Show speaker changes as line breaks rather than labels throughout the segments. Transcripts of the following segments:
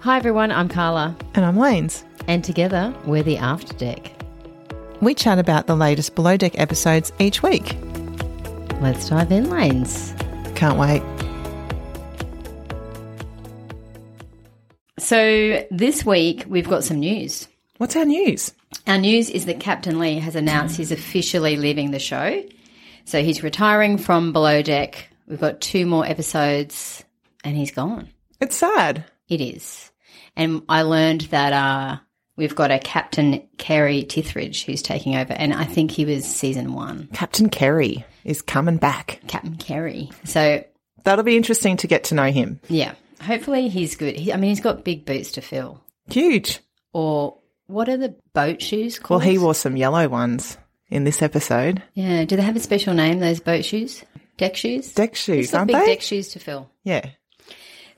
Hi everyone, I'm Carla,
And I'm Lanes.
and together we're the After Deck.
We chat about the latest Below Deck episodes each week.
Let's dive in, Lanes.
Can't wait.
So this week we've got some news.
What's our news?
Our news is that Captain Lee has announced he's officially leaving the show. So he's retiring from Below Deck. We've got two more episodes, and he's gone.
It's sad.
It is. And I learned that uh, we've got a Captain Kerry Tithridge who's taking over, and I think he was season one,
Captain Kerry is coming back.
Captain Kerry. So,
That'll be interesting to get to know him.
yeah, hopefully he's good. He, I mean, he's got big boots to fill.
Huge.
Or what are the boat shoes
Well,
called?
he wore some yellow ones in this episode.
yeah, do they have a special name, those boat shoes? Deck shoes?
Deck
He's
shoes,
got
aren't
big
they?
deck shoes to fill.
yeah.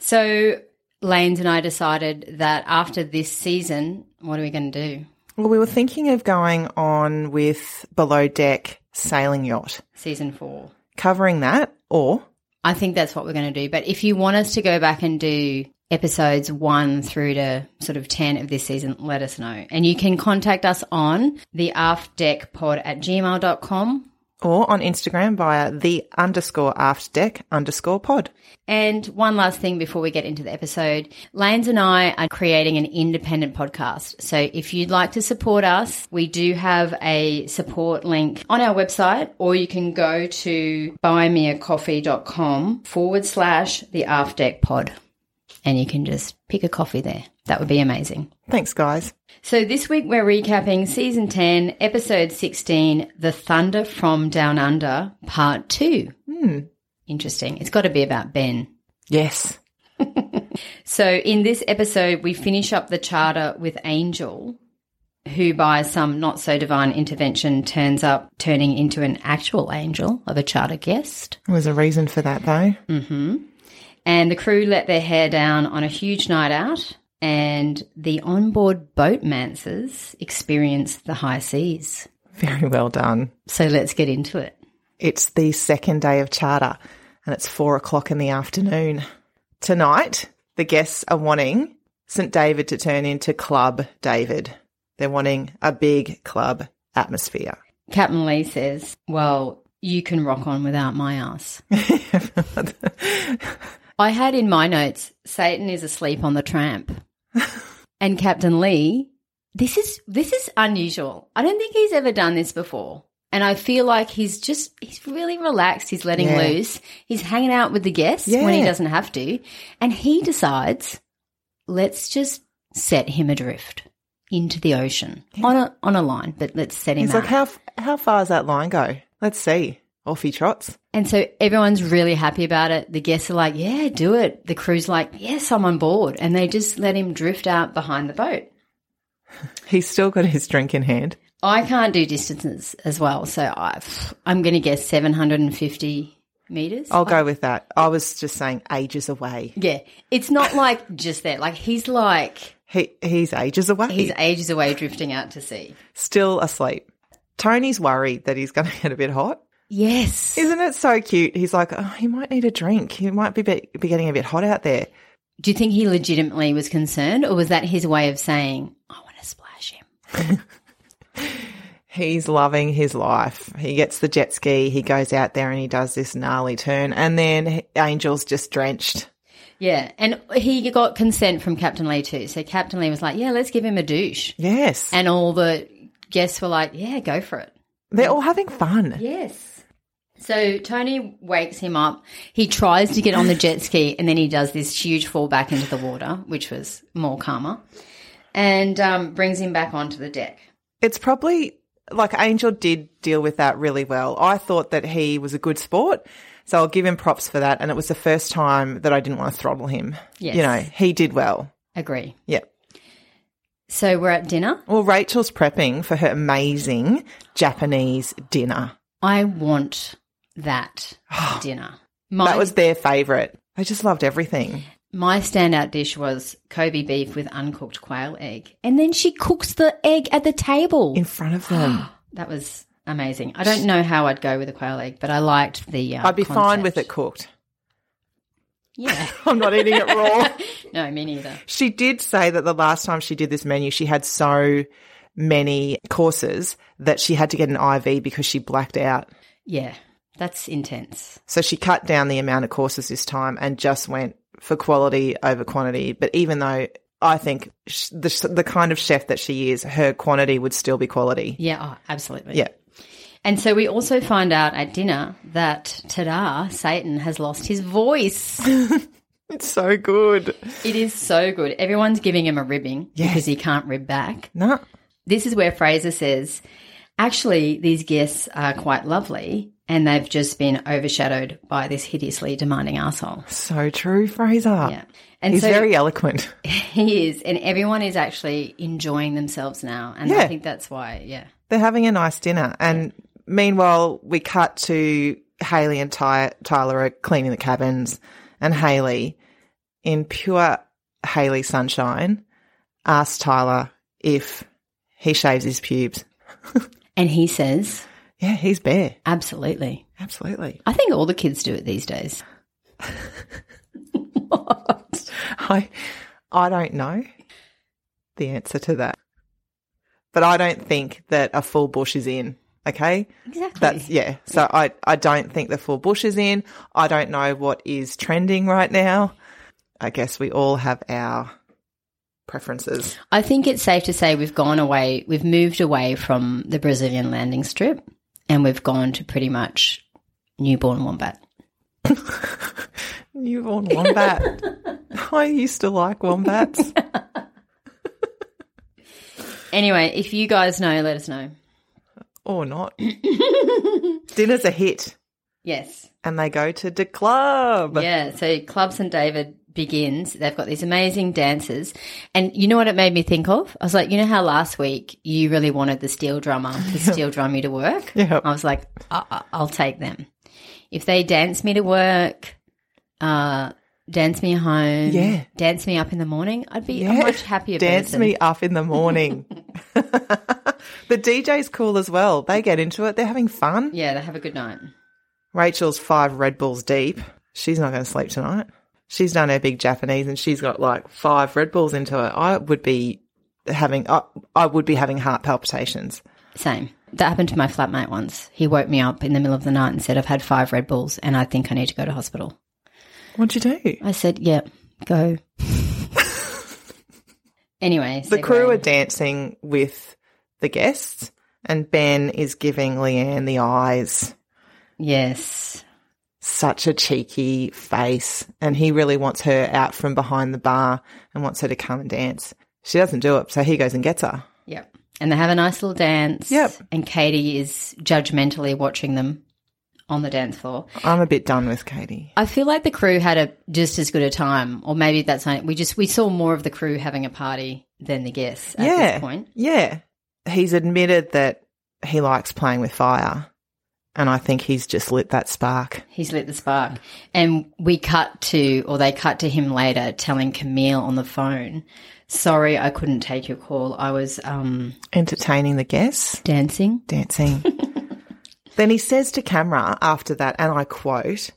So, Lanes and I decided that after this season, what are we going to do?
Well, we were thinking of going on with Below Deck Sailing Yacht,
Season four.
covering that, or
I think that's what we're going to do. But if you want us to go back and do episodes one through to sort of 10 of this season, let us know. And you can contact us on the aftdeckpod at gmail.com.
or on Instagram via the underscore aft deck underscore pod.
And one last thing before we get into the episode, Lanes and I are creating an independent podcast. So if you'd like to support us, we do have a support link on our website, or you can go to buymeacoffee.com forward slash the aftdeck pod. and you can just pick a coffee there. That would be amazing.
Thanks, guys.
So this week we're recapping season 10, episode 16, The Thunder from Down Under, part 2.
Hmm.
Interesting. It's got to be about Ben.
Yes.
So in this episode we finish up the charter with Angel, who by some not so divine intervention turns up turning into an actual angel of a charter guest.
There was a reason for that, though.
And the crew let their hair down on a huge night out, and the onboard boatmancers experienced the high seas.
Very well done.
So let's get into it.
It's the second day of charter and it's four o'clock in the afternoon. Tonight, the guests are wanting St. David to turn into Club David. They're wanting a big club atmosphere.
Captain Lee says, Well, you can rock on without my ass. I had in my notes, Satan is asleep on the tramp. and Captain Lee, this is this is unusual. I don't think he's ever done this before. And I feel like he's just he's really relaxed, he's letting
Yeah.
loose. He's hanging out with the guests when he
Yeah.
doesn't have to. And he decides, let's just set him adrift into the ocean. On a on a line, but let's set him
He's
out.
like, how, f- how far does that line go? Let's see. Off he trots.
And so everyone's really happy about it. The guests are like, yeah, do it. The crew's like, yes, I'm on board. And they just let him drift out behind the boat.
He's still got his drink in hand.
I can't do distances as well. So I, I'm going to guess 750 meters.
I'll go with that. I was just saying ages away.
Yeah. It's not like just that. Like he's like,
He, he's ages away.
he's ages away drifting out to sea.
still asleep. Tony's worried that he's going to get a bit hot.
Yes.
Isn't it so cute? He's like, oh, he might need a drink. He might be, be be getting a bit hot out there.
Do you think he legitimately was concerned or was that his way of saying, I want to splash him?
He's loving his life. He gets the jet ski. He goes out there and he does this gnarly turn, and then Angel's just drenched.
Yeah. And he got consent from Captain Lee too. So Captain Lee was like, yeah, let's give him a douche.
Yes,
And all the guests were like, yeah, go for it.
they're all having fun.
Yes. So Tony wakes him up. He tries to get on the jet ski and then he does this huge fall back into the water, which was more calmer, and um, brings him back onto the deck.
It's probably like Angel did deal with that really well. I thought that he was a good sport, so I'll give him props for that. And it was the first time that I didn't want to throttle him.
Yes.
You know, he did well.
Agree.
Yeah.
So we're at dinner.
Well, Rachel's prepping for her amazing Japanese dinner.
I want that dinner. My,
That was their favourite. They just loved everything.
my standout dish was Kobe beef with uncooked quail egg. And then she cooks the egg at the table.
In front of them.
That was amazing. I don't know how I'd go with a quail egg, but I liked the. Uh,
I'd be fine with it
concept.
cooked.
Yeah.
I'm not eating it raw.
No, me neither.
She did say that the last time she did this menu, she had so many courses that she had to get an IV because she blacked out.
Yeah. That's intense.
So she cut down the amount of courses this time and just went for quality over quantity. But even though I think sh- the, sh- the kind of chef that she is, her quantity would still be quality.
Yeah, oh, absolutely.
Yeah.
And so we also find out at dinner that, ta Satan has lost his voice.
It's so good.
it is so good. Everyone's giving him a ribbing because he can't rib back.
No.
This is where Fraser says, actually, these guests are quite lovely and they've just been overshadowed by this hideously demanding asshole.
So true, Fraser.
Yeah. And
He's
so
very eloquent.
he is. And everyone is actually enjoying themselves now. And I
Yeah.
think that's why, yeah.
They're having a nice dinner. And meanwhile, we cut to Haley and Ty- Tyler are cleaning the cabins. And Haley, in pure Haley sunshine, asks Tyler if he shaves his pubes.
And he says,
Yeah, he's bare.
absolutely.
Absolutely.
I think all the kids do it these days. What?
I, I don't know the answer to that. But I don't think that a full bush is in. Okay.
Exactly.
That's yeah. So I I don't think the full bush is in. I don't know what is trending right now. I guess we all have our preferences.
I think it's safe to say we've gone away, we've moved away from the Brazilian landing strip and we've gone to pretty much newborn wombat.
Newborn wombat. I used to like wombats.
Anyway, if you guys know, let us know.
or not. Dinner's a hit.
Yes.
And they go to the club.
Yeah. So Club St. David begins. They've got these amazing dances. And you know what it made me think of? I was like, you know how last week you really wanted the steel drummer, the steel drum you to work?
Yeah.
I was like, I- I- I'll take them. If they dance me to work, uh, dance me home,
Yeah.
dance me up in the morning, I'd be
Yeah.
a much happier
Dance
person.
me up in the morning. the DJ's cool as well. They get into it. They're having fun.
Yeah, they have a good night.
Rachel's five Red Bulls deep. She's not going to sleep tonight. She's done her big Japanese and she's got like five Red Bulls into her. I would be having, I, I would be having heart palpitations.
Same. That happened to my flatmate once. He woke me up in the middle of the night and said, I've had five Red Bulls and I think I need to go to hospital.
What'd you do?
I said, yeah, go. anyway,
The
segue.
crew are dancing with the guests and Ben is giving Leanne the eyes.
Yes.
Such a cheeky face. And he really wants her out from behind the bar and wants her to come and dance. She doesn't do it. So he goes and gets her.
Yep. And they have a nice little dance.
Yep.
And Katie is judgmentally watching them on the dance floor.
I'm a bit done with Katie.
I feel like the crew had a just as good a time, or maybe that's not, we just we saw more of the crew having a party than the guests at this point.
Yeah. He's admitted that he likes playing with fire. And I think he's just lit that spark.
He's lit the spark, and we cut to, or they cut to him later telling Camille on the phone, "Sorry, I couldn't take your call. I was um,
Entertaining the guests,
dancing."
dancing. then he says to camera after that, and I quote,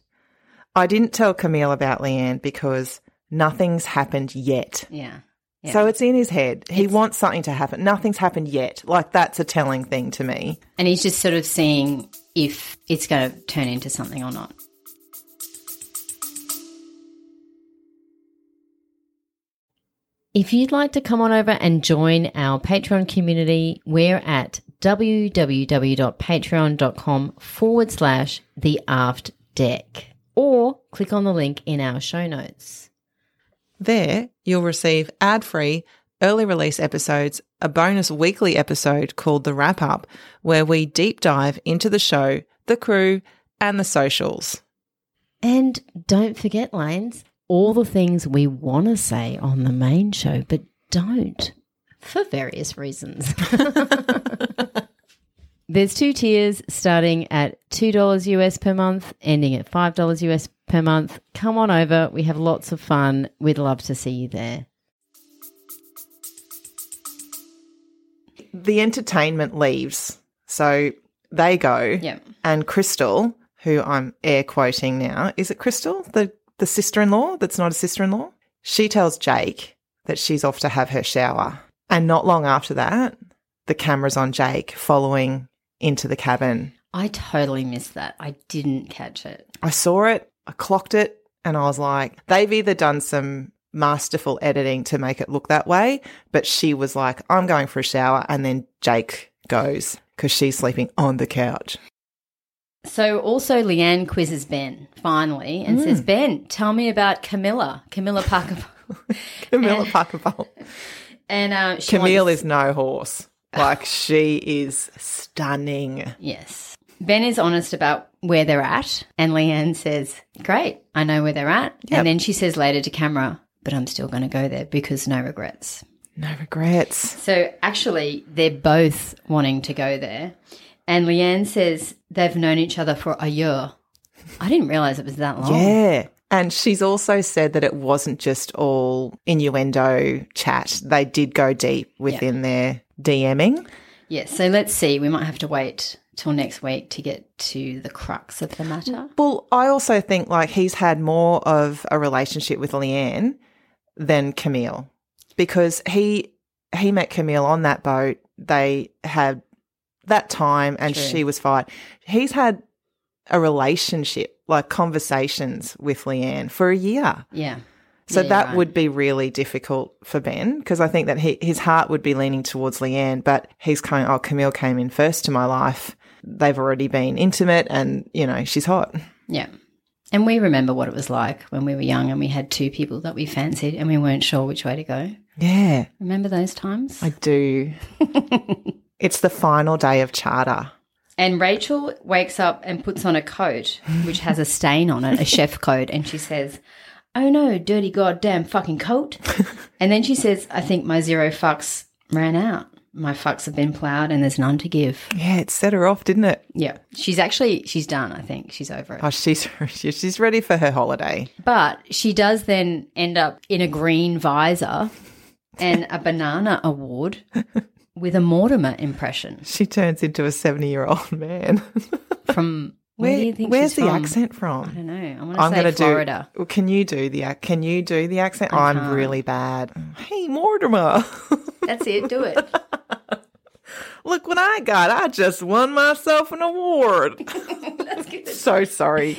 I didn't tell Camille about Leanne because nothing's happened yet.
Yeah, Yeah.
So it's in his head. He wants something to happen. Nothing's happened yet. Like that's a telling thing to me.
and he's just sort of seeing if it's going to turn into something or not.
If you'd like to come on over and join our Patreon community, we're at www.patreon.com forward slash the aft deck or click on the link in our show notes.
There, you'll receive ad free, early release episodes, a bonus weekly episode called The Wrap Up, where we deep dive into the show, the crew, and the socials.
And don't forget, Lanes, all the things we want to say on the main show, but don't for various reasons. There's two tiers starting at $2 US per month, ending at $5 US per month. Come on over. We have lots of fun. We'd love to see you there.
The entertainment leaves. So they go,
Yep.
and Crystal, who I'm air quoting now, is it Crystal? The the sister in law that's not a sister in law, she tells Jake that she's off to have her shower. And not long after that, the camera's on Jake following into the cabin.
I totally missed that. I didn't catch it.
I saw it, I clocked it, and I was like, they've either done some masterful editing to make it look that way, but she was like, I'm going for a shower. And then Jake goes because she's sleeping on the couch.
So also Leanne quizzes Ben finally and
Mm.
says, Ben, tell me about Camilla, Camilla Parker.
Camilla Parkerville.
and uh, she
Camille
wants-
is no horse. Like, she is stunning.
Yes. Ben is honest about where they're at, and Leanne says, Great, I know where they're at.
Yep.
And then she says later to camera, But I'm still going to go there because no regrets.
No regrets.
So actually, they're both wanting to go there. And Leanne says they've known each other for a year. I didn't realize it was that long.
Yeah. And she's also said that it wasn't just all innuendo chat. They did go deep within their DMing.
Yes. So let's see. We might have to wait till next week to get to the crux of the matter.
Well, I also think like he's had more of a relationship with Leanne than Camille because he he met Camille on that boat. They had that time and
True.
she was fired. He's had a relationship, like conversations with Leanne for a year.
Yeah.
So
Yeah,
that
right.
would be really difficult for Ben because I think that he, his heart would be leaning towards Leanne, but he's kind of, oh, Camille came in first to my life. They've already been intimate and, you know, she's hot.
Yeah. And we remember what it was like when we were young and we had two people that we fancied and we weren't sure which way to go.
Yeah,
Remember those times?
I do. it's the final day of charter.
and Rachel wakes up and puts on a coat which has a stain on it, a chef coat, and she says, Oh no, dirty goddamn fucking coat. and then she says, I think my zero fucks ran out. My fucks have been ploughed and there's none to give.
Yeah, it set her off, didn't it?
Yeah. She's actually, she's done, I think. She's over it.
Oh, she's she's ready for her holiday.
But she does then end up in a green visor and a banana award with a Mortimer impression
She turns into a seventy-year-old man.
from where,
Where,
do you think
where's
she's
the
from?
accent
I
from?
don't know. I want to
I'm
say
gonna
Florida.
do. Well, can you do the ac- can you do the accent? I'm
can't.
really bad. Hey, Mortimer,
That's it. Do it.
look what I got! I just won myself an award.
That's good.
so sorry.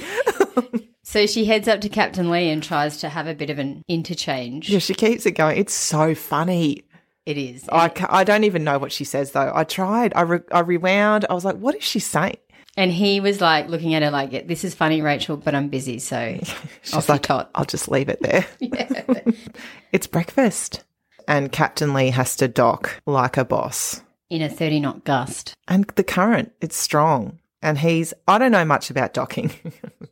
So she heads up to Captain Lee and tries to have a bit of an interchange.
Yeah, she keeps it going. It's so funny.
It is.
I, ca- I don't even know what she says though. I tried. I, re- I rewound. I was like, what is she saying?
And he was like looking at her like, this is funny, Rachel, but I'm busy. So
She's
off
like,
you tot.
I'll just leave it there. it's breakfast. And Captain Lee has to dock like a boss.
In a 30 knot gust.
And the current, it's strong. And he's, I don't know much about docking.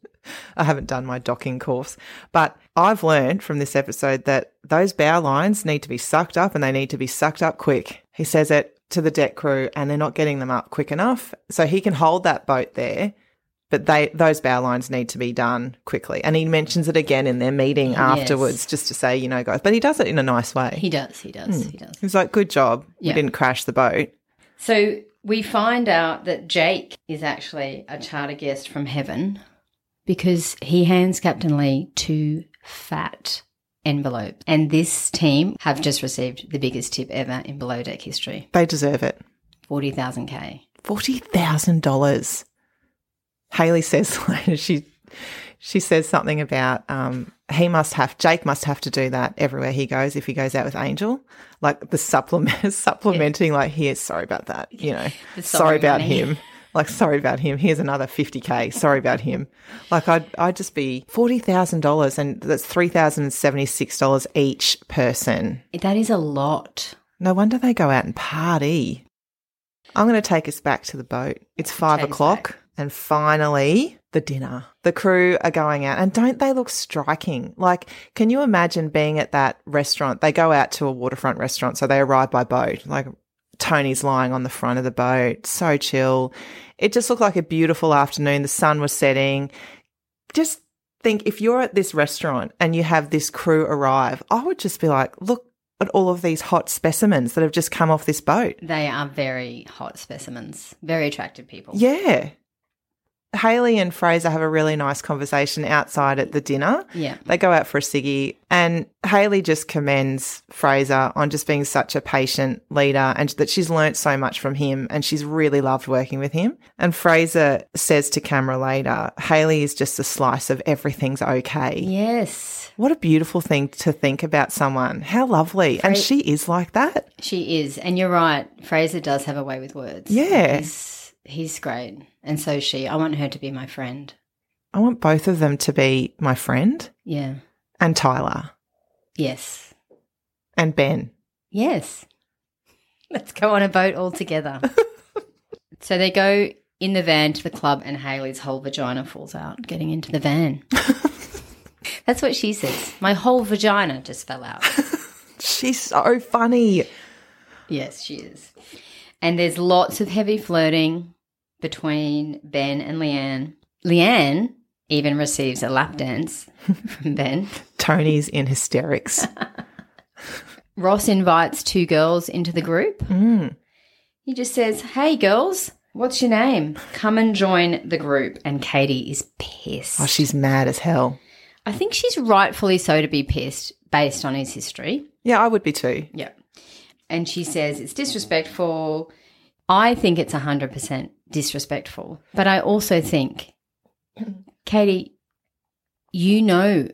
I haven't done my docking course, but I've learned from this episode that those bow lines need to be sucked up and they need to be sucked up quick. He says it to the deck crew and they're not getting them up quick enough. So he can hold that boat there, but they those bow lines need to be done quickly. And he mentions it again in their meeting afterwards just to say, you know, guys, but he does it in a nice way.
He does. He does.
Hmm.
He does.
He's like, good job.
Yeah.
We didn't crash the boat.
So we find out that Jake is actually a charter guest from heaven because he hands Captain Lee two fat envelopes. And this team have just received the biggest tip ever in below deck history
They deserve it.
40,000K.
forty thousand dollars. Haley says later she she says something about um, he must have Jake must have to do that everywhere he goes if he goes out with Angel, like the supplement supplementing like here sorry about that you know
The
sorry
sorry
about
money.
him. Like sorry about him. Here's another fifty k. Sorry about him. Like I'd I'd just be forty thousand dollars, and that's three thousand and seventy six dollars each person.
That is a lot.
No wonder they go out and party. I'm going to take us back to the boat. It's five
Take us
o'clock, and finally, the dinner. The crew are going out, and don't they look striking? Like, can you imagine being at that restaurant? They go out to a waterfront restaurant, so they arrive by boat. Like, Tony's lying on the front of the boat, so chill. It just looked like a beautiful afternoon. The sun was setting. Just think if you're at this restaurant and you have this crew arrive, I would just be like, look at all of these hot specimens that have just come off this boat.
They are very hot specimens, very attractive people.
Yeah. Haley and Fraser have a really nice conversation outside at the dinner.
Yeah.
They go out for a ciggy, and Haley just commends Fraser on just being such a patient leader and that she's learnt so much from him and she's really loved working with him. And Fraser says to camera later, Haley is just a slice of everything's okay.
Yes,
What a beautiful thing to think about someone. How lovely. and she is like that.
she is. And you're right. Fraser does have a way with words.
Yeah.
He's, he's great. And so is she. I want her to be my friend.
I want both of them to be my friend
Yeah.
and Tyler
Yes.
and Ben.
Yes. Let's go on a boat all together. so they go in the van to the club, and Haley's whole vagina falls out getting into the van. That's what she says. My whole vagina just fell out.
She's so funny.
Yes, she is. And there's lots of heavy flirting between Ben and Leanne. Leanne even receives a lap dance from Ben.
Tony's in hysterics.
Ross invites two girls into the group.
Mm.
He just says, Hey, girls, what's your name? Come and join the group. And Katie is pissed.
Oh, she's mad as hell.
I think she's rightfully so to be pissed based on his history.
Yeah, I would be too.
Yeah. And she says, It's disrespectful. I think it's 100% disrespectful. But I also think, Katie, you know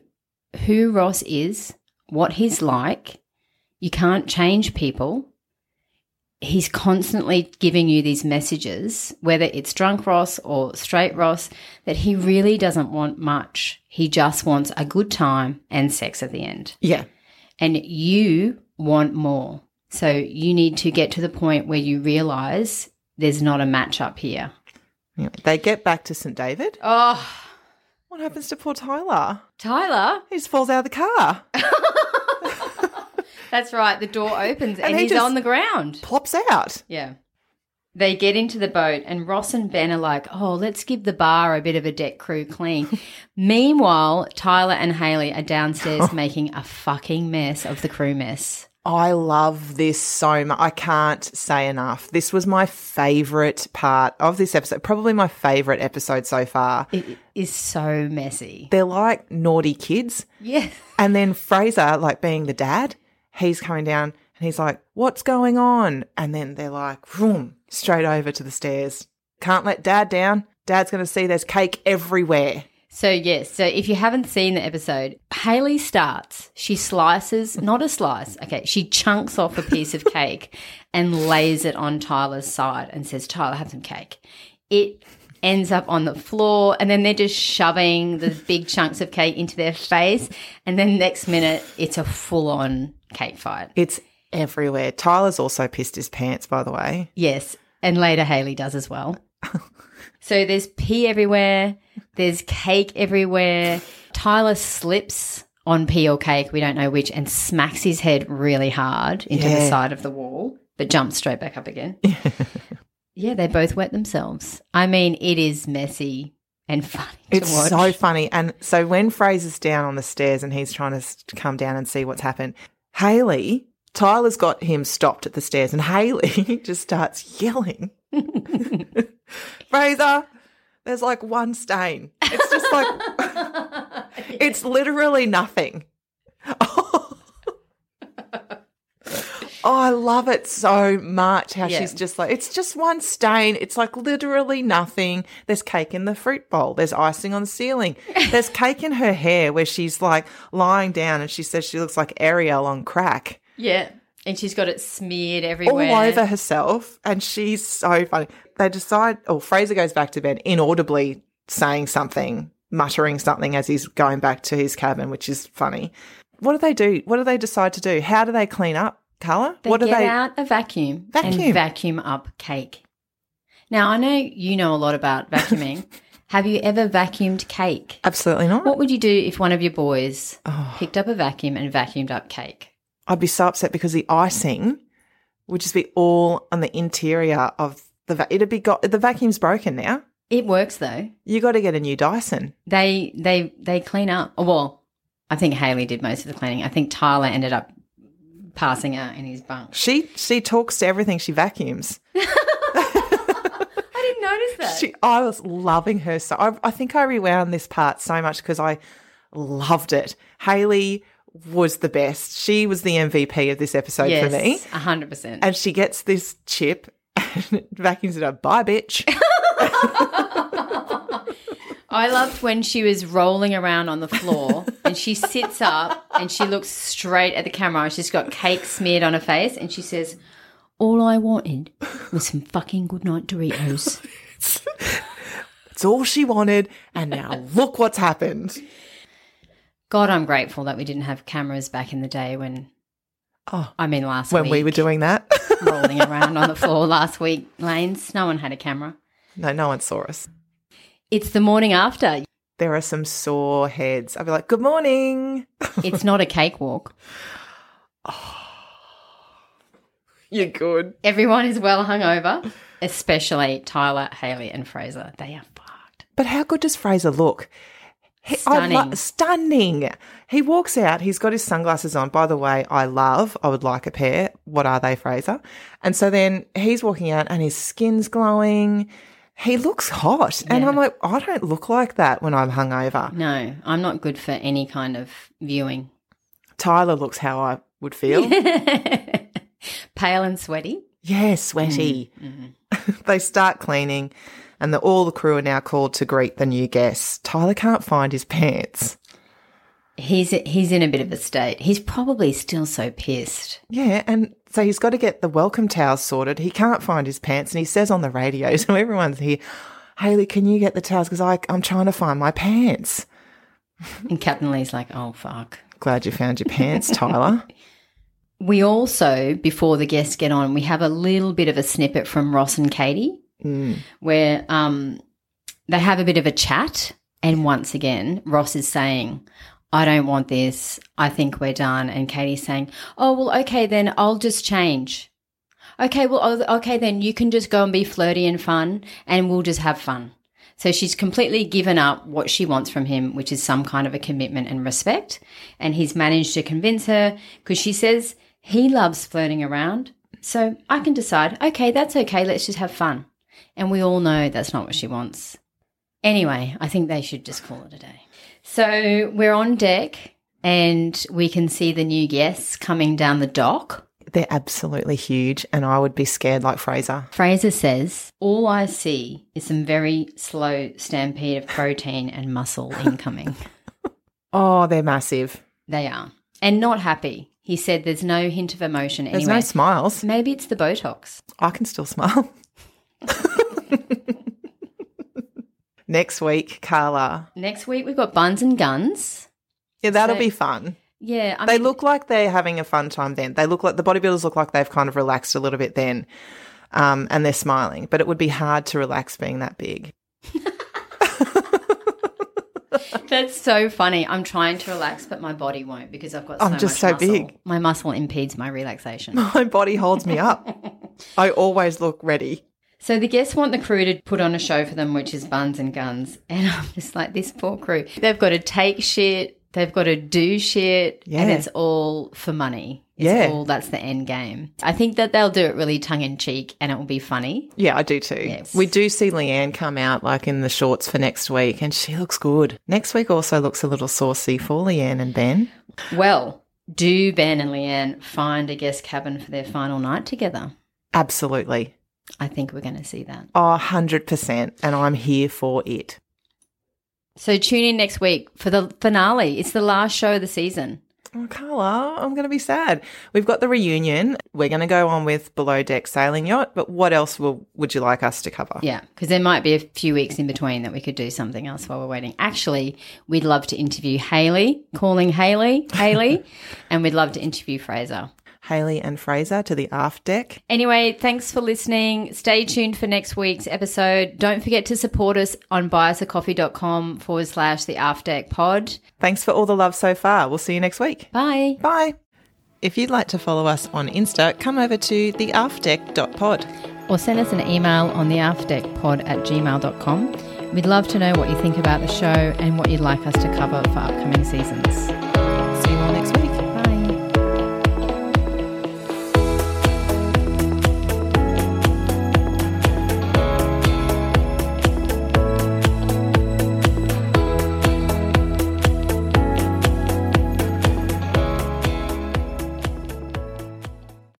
who Ross is, what he's like. You can't change people. He's constantly giving you these messages, whether it's drunk Ross or straight Ross, that he really doesn't want much. He just wants a good time and sex at the end
Yeah.
and you want more. So you need to get to the point where you realize there's not a match up here.
Anyway, they get back to St. David.
Oh,
What happens to poor Tyler?
Tyler.
He just falls out of the car,
That's right. The door opens and,
he
he's
just-
on the ground.
plops out.
Yeah. They get into the boat and Ross and Ben are like, oh, let's give the bar a bit of a deck crew clean. Meanwhile, Tyler and Haley are downstairs making a fucking mess of the crew mess.
I love this so much. I can't say enough. This was my favorite part of this episode, probably my favorite episode so far.
It is so messy.
They're like naughty kids.
Yes.
And then Fraser, like being the dad, he's coming down and he's like, What's going on? And then they're like, Vroom, straight over to the stairs. Can't let dad down. Dad's going to see there's cake everywhere.
So yes, so if you haven't seen the episode, Haley starts. She slices, not a slice. Okay, she chunks off a piece of cake and lays it on Tyler's side and says, "Tyler, have some cake." It ends up on the floor, and then they're just shoving the big chunks of cake into their face, and then next minute, it's a full-on cake fight.
It's everywhere. Tyler's also pissed his pants, by the way.
Yes, and later Haley does as well. so there's pee everywhere. There's cake everywhere. Tyler slips on pee or cake, we don't know which, and smacks his head really hard into the
Yeah.
side of the wall, but jumps straight back up again. yeah, they both wet themselves. I mean, it is messy and funny to
It's
watch.
so funny. And so when Fraser's down on the stairs and he's trying to s- come down and see what's happened, Haley, Tyler's got him stopped at the stairs and Haley just starts yelling. Fraser, there's like one stain. It's just like, it's literally nothing. oh, I love it so much how
Yeah.
she's just like, it's just one stain. It's like literally nothing. There's cake in the fruit bowl. There's icing on the ceiling. There's cake in her hair where she's like lying down and she says she looks like Ariel on crack
yeah. And she's got it smeared everywhere.
all over herself, and she's so funny. They decide, or Fraser goes back to bed inaudibly saying something, muttering something as he's going back to his cabin, which is funny. What do they do? What do they decide to do? How do they clean up color?
They
what do
get
they?
out a vacuum, and
Vacuum.
vacuum up cake. Now I know you know a lot about vacuuming. Have you ever vacuumed cake?
Absolutely not. Oh,
What would you do if one of your boys picked up a vacuum and vacuumed up cake?
I'd be so upset because the icing would just be all on the interior of the. Va- it'd be got the vacuum's broken now.
It works though.
You got to get a new Dyson.
They they they clean up. Oh, Well, I think Haley did most of the cleaning. I think Tyler ended up passing out in his bunk.
She she talks to everything she vacuums.
I didn't know noticed that.
She, I was loving her so. I, I think I rewound this part so much because I loved it. Haley was the best. She was the MVP of this episode
yes,
for me.
100%.
And she gets this chip and vacuums it up. Bye, bitch.
I loved when she was rolling around on the floor and she sits up and she looks straight at the camera. She's got cake smeared on her face and she says, All I wanted was some fucking goodnight Doritos.
it's all she wanted. And now look what's happened.
God, I'm grateful that we didn't have cameras back in the day when,
Oh,
I mean, last
When
week,
we were doing that.
rolling around on the floor last week, Lanes, no one had a camera.
no, no one saw us.
It's the morning after.
There are some sore heads. I'd be like, good morning.
It's not a cakewalk.
You're good.
Everyone is well hungover, especially Tyler, Haley, and Fraser. They are fucked.
But how good does Fraser look? He, I lo-
Stunning.
stunning. He walks out. He's got his sunglasses on. By the way, I love. I would like a pair. What are they, Fraser? And so then he's walking out, and his skin's glowing. He looks hot, and I'm like, I don't look like that when I'm hungover.
No, I'm not good for any kind of viewing.
Tyler looks how I would feel.
Pale and sweaty.
Yeah, sweaty. Mm. they start cleaning, and the, all the crew are now called to greet the new guests. Tyler can't find his pants.
He's he's in a bit of a state. He's probably still so pissed.
Yeah, and so he's got to get the welcome towels sorted. He can't find his pants, and he says on the radio, so everyone's here, Haley, can you get the towels? Because I'm trying to find my pants.
And Captain Lee's like, "Oh fuck."
Glad you found your pants, Tyler.
We also, before the guests get on, we have a little bit of a snippet from Ross and Katie
Mm.
where um, they have a bit of a chat. And once again, Ross is saying, I don't want this. I think we're done. And Katie's saying, Oh, well, okay, then I'll just change. Okay, well, oh, okay, then you can just go and be flirty and fun, and we'll just have fun. So she's completely given up what she wants from him, which is some kind of a commitment and respect. And he's managed to convince her because she says he loves flirting around. So I can decide, okay, that's okay, let's just have fun. And we all know that's not what she wants. Anyway, I think they should just call it a day. So we're on deck and we can see the new guests coming down the dock.
They're absolutely huge, and I would be scared like Fraser.
Fraser says, All I see is some very slow stampede of protein and muscle incoming.
Oh, they're massive.
they are. And not happy. He said there's no hint of emotion
There's
anyway.
no smiles.
Maybe it's the Botox.
I can still smile. Next week, Carla.
Next week we've got buns and guns.
Yeah, that'll
So-
be fun.
Yeah, I
They
mean,
look like they're having a fun time then. They look like the bodybuilders look like they've kind of relaxed a little bit then. Um, and they're smiling, but it would be hard to relax being that big.
That's so funny. I'm trying to relax, but my body won't because I've got. So
I'm just
much
so
muscle.
big.
My muscle impedes my relaxation.
My body holds me up. I always look ready.
so the guests want the crew to put on a show for them, which is buns and guns, and I'm just like this poor crew. They've got to take shit. They've got to do shit, and
Yeah.
it's all for money. It's
Yeah.
all that's the end game. I think that they'll do it really tongue in cheek, and it will be funny.
Yeah, I do too.
Yes.
We do see Leanne come out like in the shorts for next week, and she looks good. Next week also looks a little saucy for Leanne and Ben.
Well, do Ben and Leanne find a guest cabin for their final night together?
Absolutely.
I think we're going to see that.
Oh, 100%. And I'm here for it.
So tune in next week for the finale. It's the last show of the season.
Oh, Carla, I'm going to be sad. We've got the reunion. We're going to go on with Below Deck Sailing Yacht, but what else will, would you like us to cover?
Yeah, because there might be a few weeks in between that we could do something else while we're waiting. Actually, we'd love to interview Haley, calling Haley, Haley, and we'd love to interview Fraser.
Haley and Fraser to the aft deck.
Anyway, thanks for listening. Stay tuned for next week's episode. Don't forget to support us on buyusacoffee.com forward slash the Afterdeck pod.
Thanks for all the love so far. We'll see you next week.
Bye.
Bye. If you'd like to follow us on Insta, come over to the aftdeck.pod.
or send us an email on theafterdeckpod at gmail.com. We'd love to know what you think about the show and what you'd like us to cover for upcoming seasons.
See you all next week.